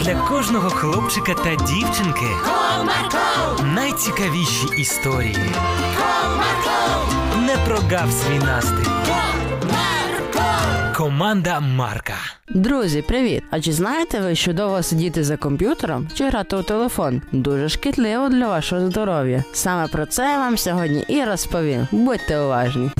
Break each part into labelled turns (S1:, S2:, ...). S1: для кожного хлопчика та дівчинки найцікавіші історії. Не прогав свій настрій. Команда Марка.
S2: Друзі, привіт! А чи знаєте ви, що довго сидіти за комп'ютером чи грати у телефон? Дуже шкідливо для вашого здоров'я. Саме про це я вам сьогодні і розповім. Будьте уважні.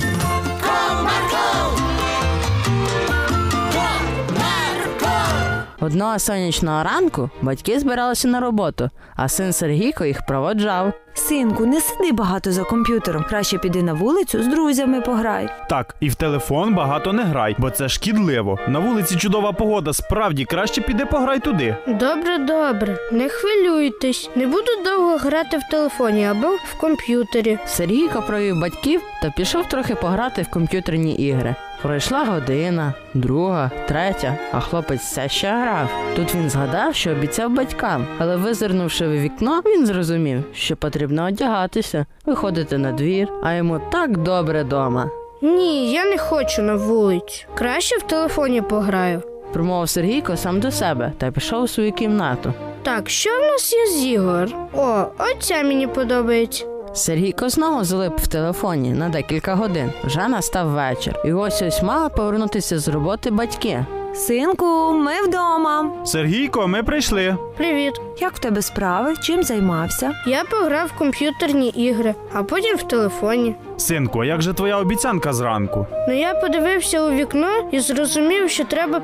S2: Одного сонячного ранку батьки збиралися на роботу, а син Сергійко їх проводжав.
S3: Синку, не сиди багато за комп'ютером. Краще піди на вулицю з друзями пограй.
S4: Так, і в телефон багато не грай, бо це шкідливо. На вулиці чудова погода, справді краще піди пограй туди.
S5: Добре, добре, не хвилюйтесь. Не буду довго грати в телефоні або в комп'ютері.
S2: Сергійко провів батьків та пішов трохи пограти в комп'ютерні ігри. Пройшла година, друга, третя, а хлопець все ще грав. Тут він згадав, що обіцяв батькам, але визирнувши в вікно, він зрозумів, що потрібно одягатися, виходити на двір, а йому так добре дома.
S5: Ні, я не хочу на вулицю. Краще в телефоні пограю.
S2: Промовив Сергійко сам до себе та пішов у свою кімнату.
S5: Так, що в нас є з ігор? О, оця мені подобається.
S2: Сергійко знову залип в телефоні на декілька годин. Вже настав вечір, і ось ось мали повернутися з роботи батьки.
S3: Синку, ми вдома.
S4: Сергійко, ми прийшли.
S5: Привіт.
S3: Як в тебе справи? Чим займався?
S5: Я пограв в комп'ютерні ігри, а потім в телефоні.
S4: Синку, а як же твоя обіцянка зранку?
S5: Ну я подивився у вікно і зрозумів, що треба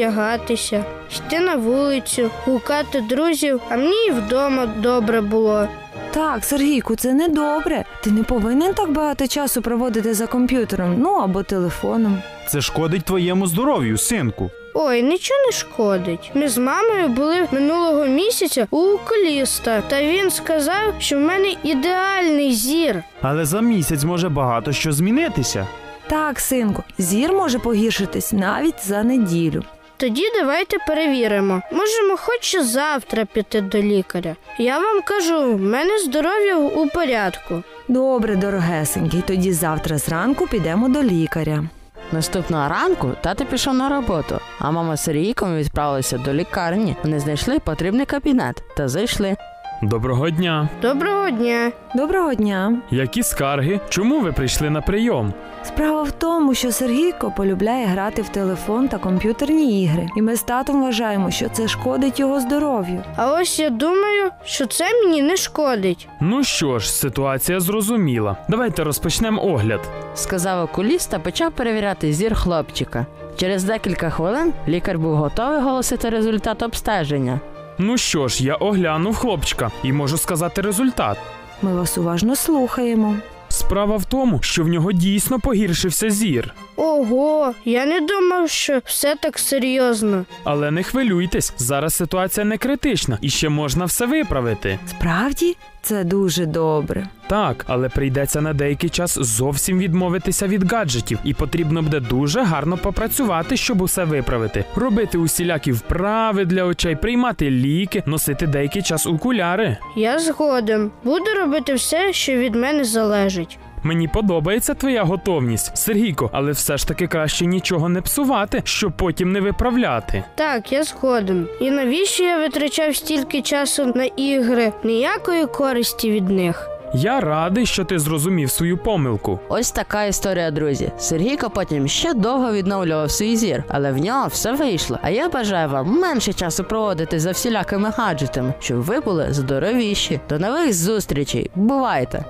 S5: переодягатися, йти на вулицю, гукати друзів, а мені і вдома добре було.
S3: Так, Сергійку, це недобре. Ти не повинен так багато часу проводити за комп'ютером, ну або телефоном.
S4: Це шкодить твоєму здоров'ю, синку.
S5: Ой, нічого не шкодить. Ми з мамою були минулого місяця у окуліста, та він сказав, що в мене ідеальний зір.
S4: Але за місяць може багато що змінитися.
S3: Так, синку, зір може погіршитись навіть за неділю.
S5: Тоді давайте перевіримо. Можемо хоч і завтра піти до лікаря. Я вам кажу, в мене здоров'я у порядку.
S3: Добре, дорогесенький, тоді завтра зранку підемо до лікаря.
S2: Наступного ранку тато пішов на роботу, а мама з Сергійком відправилися до лікарні. Вони знайшли потрібний кабінет та зайшли.
S6: Доброго дня.
S5: Доброго дня.
S3: Доброго дня.
S6: Які скарги? Чому ви прийшли на прийом?
S3: Справа в тому, що Сергійко полюбляє грати в телефон та комп'ютерні ігри, і ми з татом вважаємо, що це шкодить його здоров'ю.
S5: А ось я думаю, що це мені не шкодить.
S6: Ну що ж, ситуація зрозуміла. Давайте розпочнемо огляд.
S2: Сказав окуліст та почав перевіряти зір хлопчика. Через декілька хвилин лікар був готовий голосити результат обстеження.
S6: Ну що ж, я оглянув хлопчика і можу сказати результат.
S3: Ми вас уважно слухаємо.
S6: Справа в тому, що в нього дійсно погіршився зір.
S5: Ого, я не думав, що все так серйозно.
S6: Але не хвилюйтесь, зараз ситуація не критична і ще можна все виправити.
S3: Справді, це дуже добре.
S6: Так, але прийдеться на деякий час зовсім відмовитися від гаджетів, і потрібно буде дуже гарно попрацювати, щоб усе виправити, робити усілякі вправи для очей, приймати ліки, носити деякий час окуляри.
S5: Я згоден. Буду робити все, що від мене залежить.
S6: Мені подобається твоя готовність, Сергійко, але все ж таки краще нічого не псувати, щоб потім не виправляти.
S5: Так, я згоден. І навіщо я витрачав стільки часу на ігри? Ніякої користі від них.
S6: Я радий, що ти зрозумів свою помилку.
S2: Ось така історія, друзі. Сергійко потім ще довго відновлював свій зір, але в нього все вийшло. А я бажаю вам менше часу проводити за всілякими гаджетами, щоб ви були здоровіші. До нових зустрічей! Бувайте!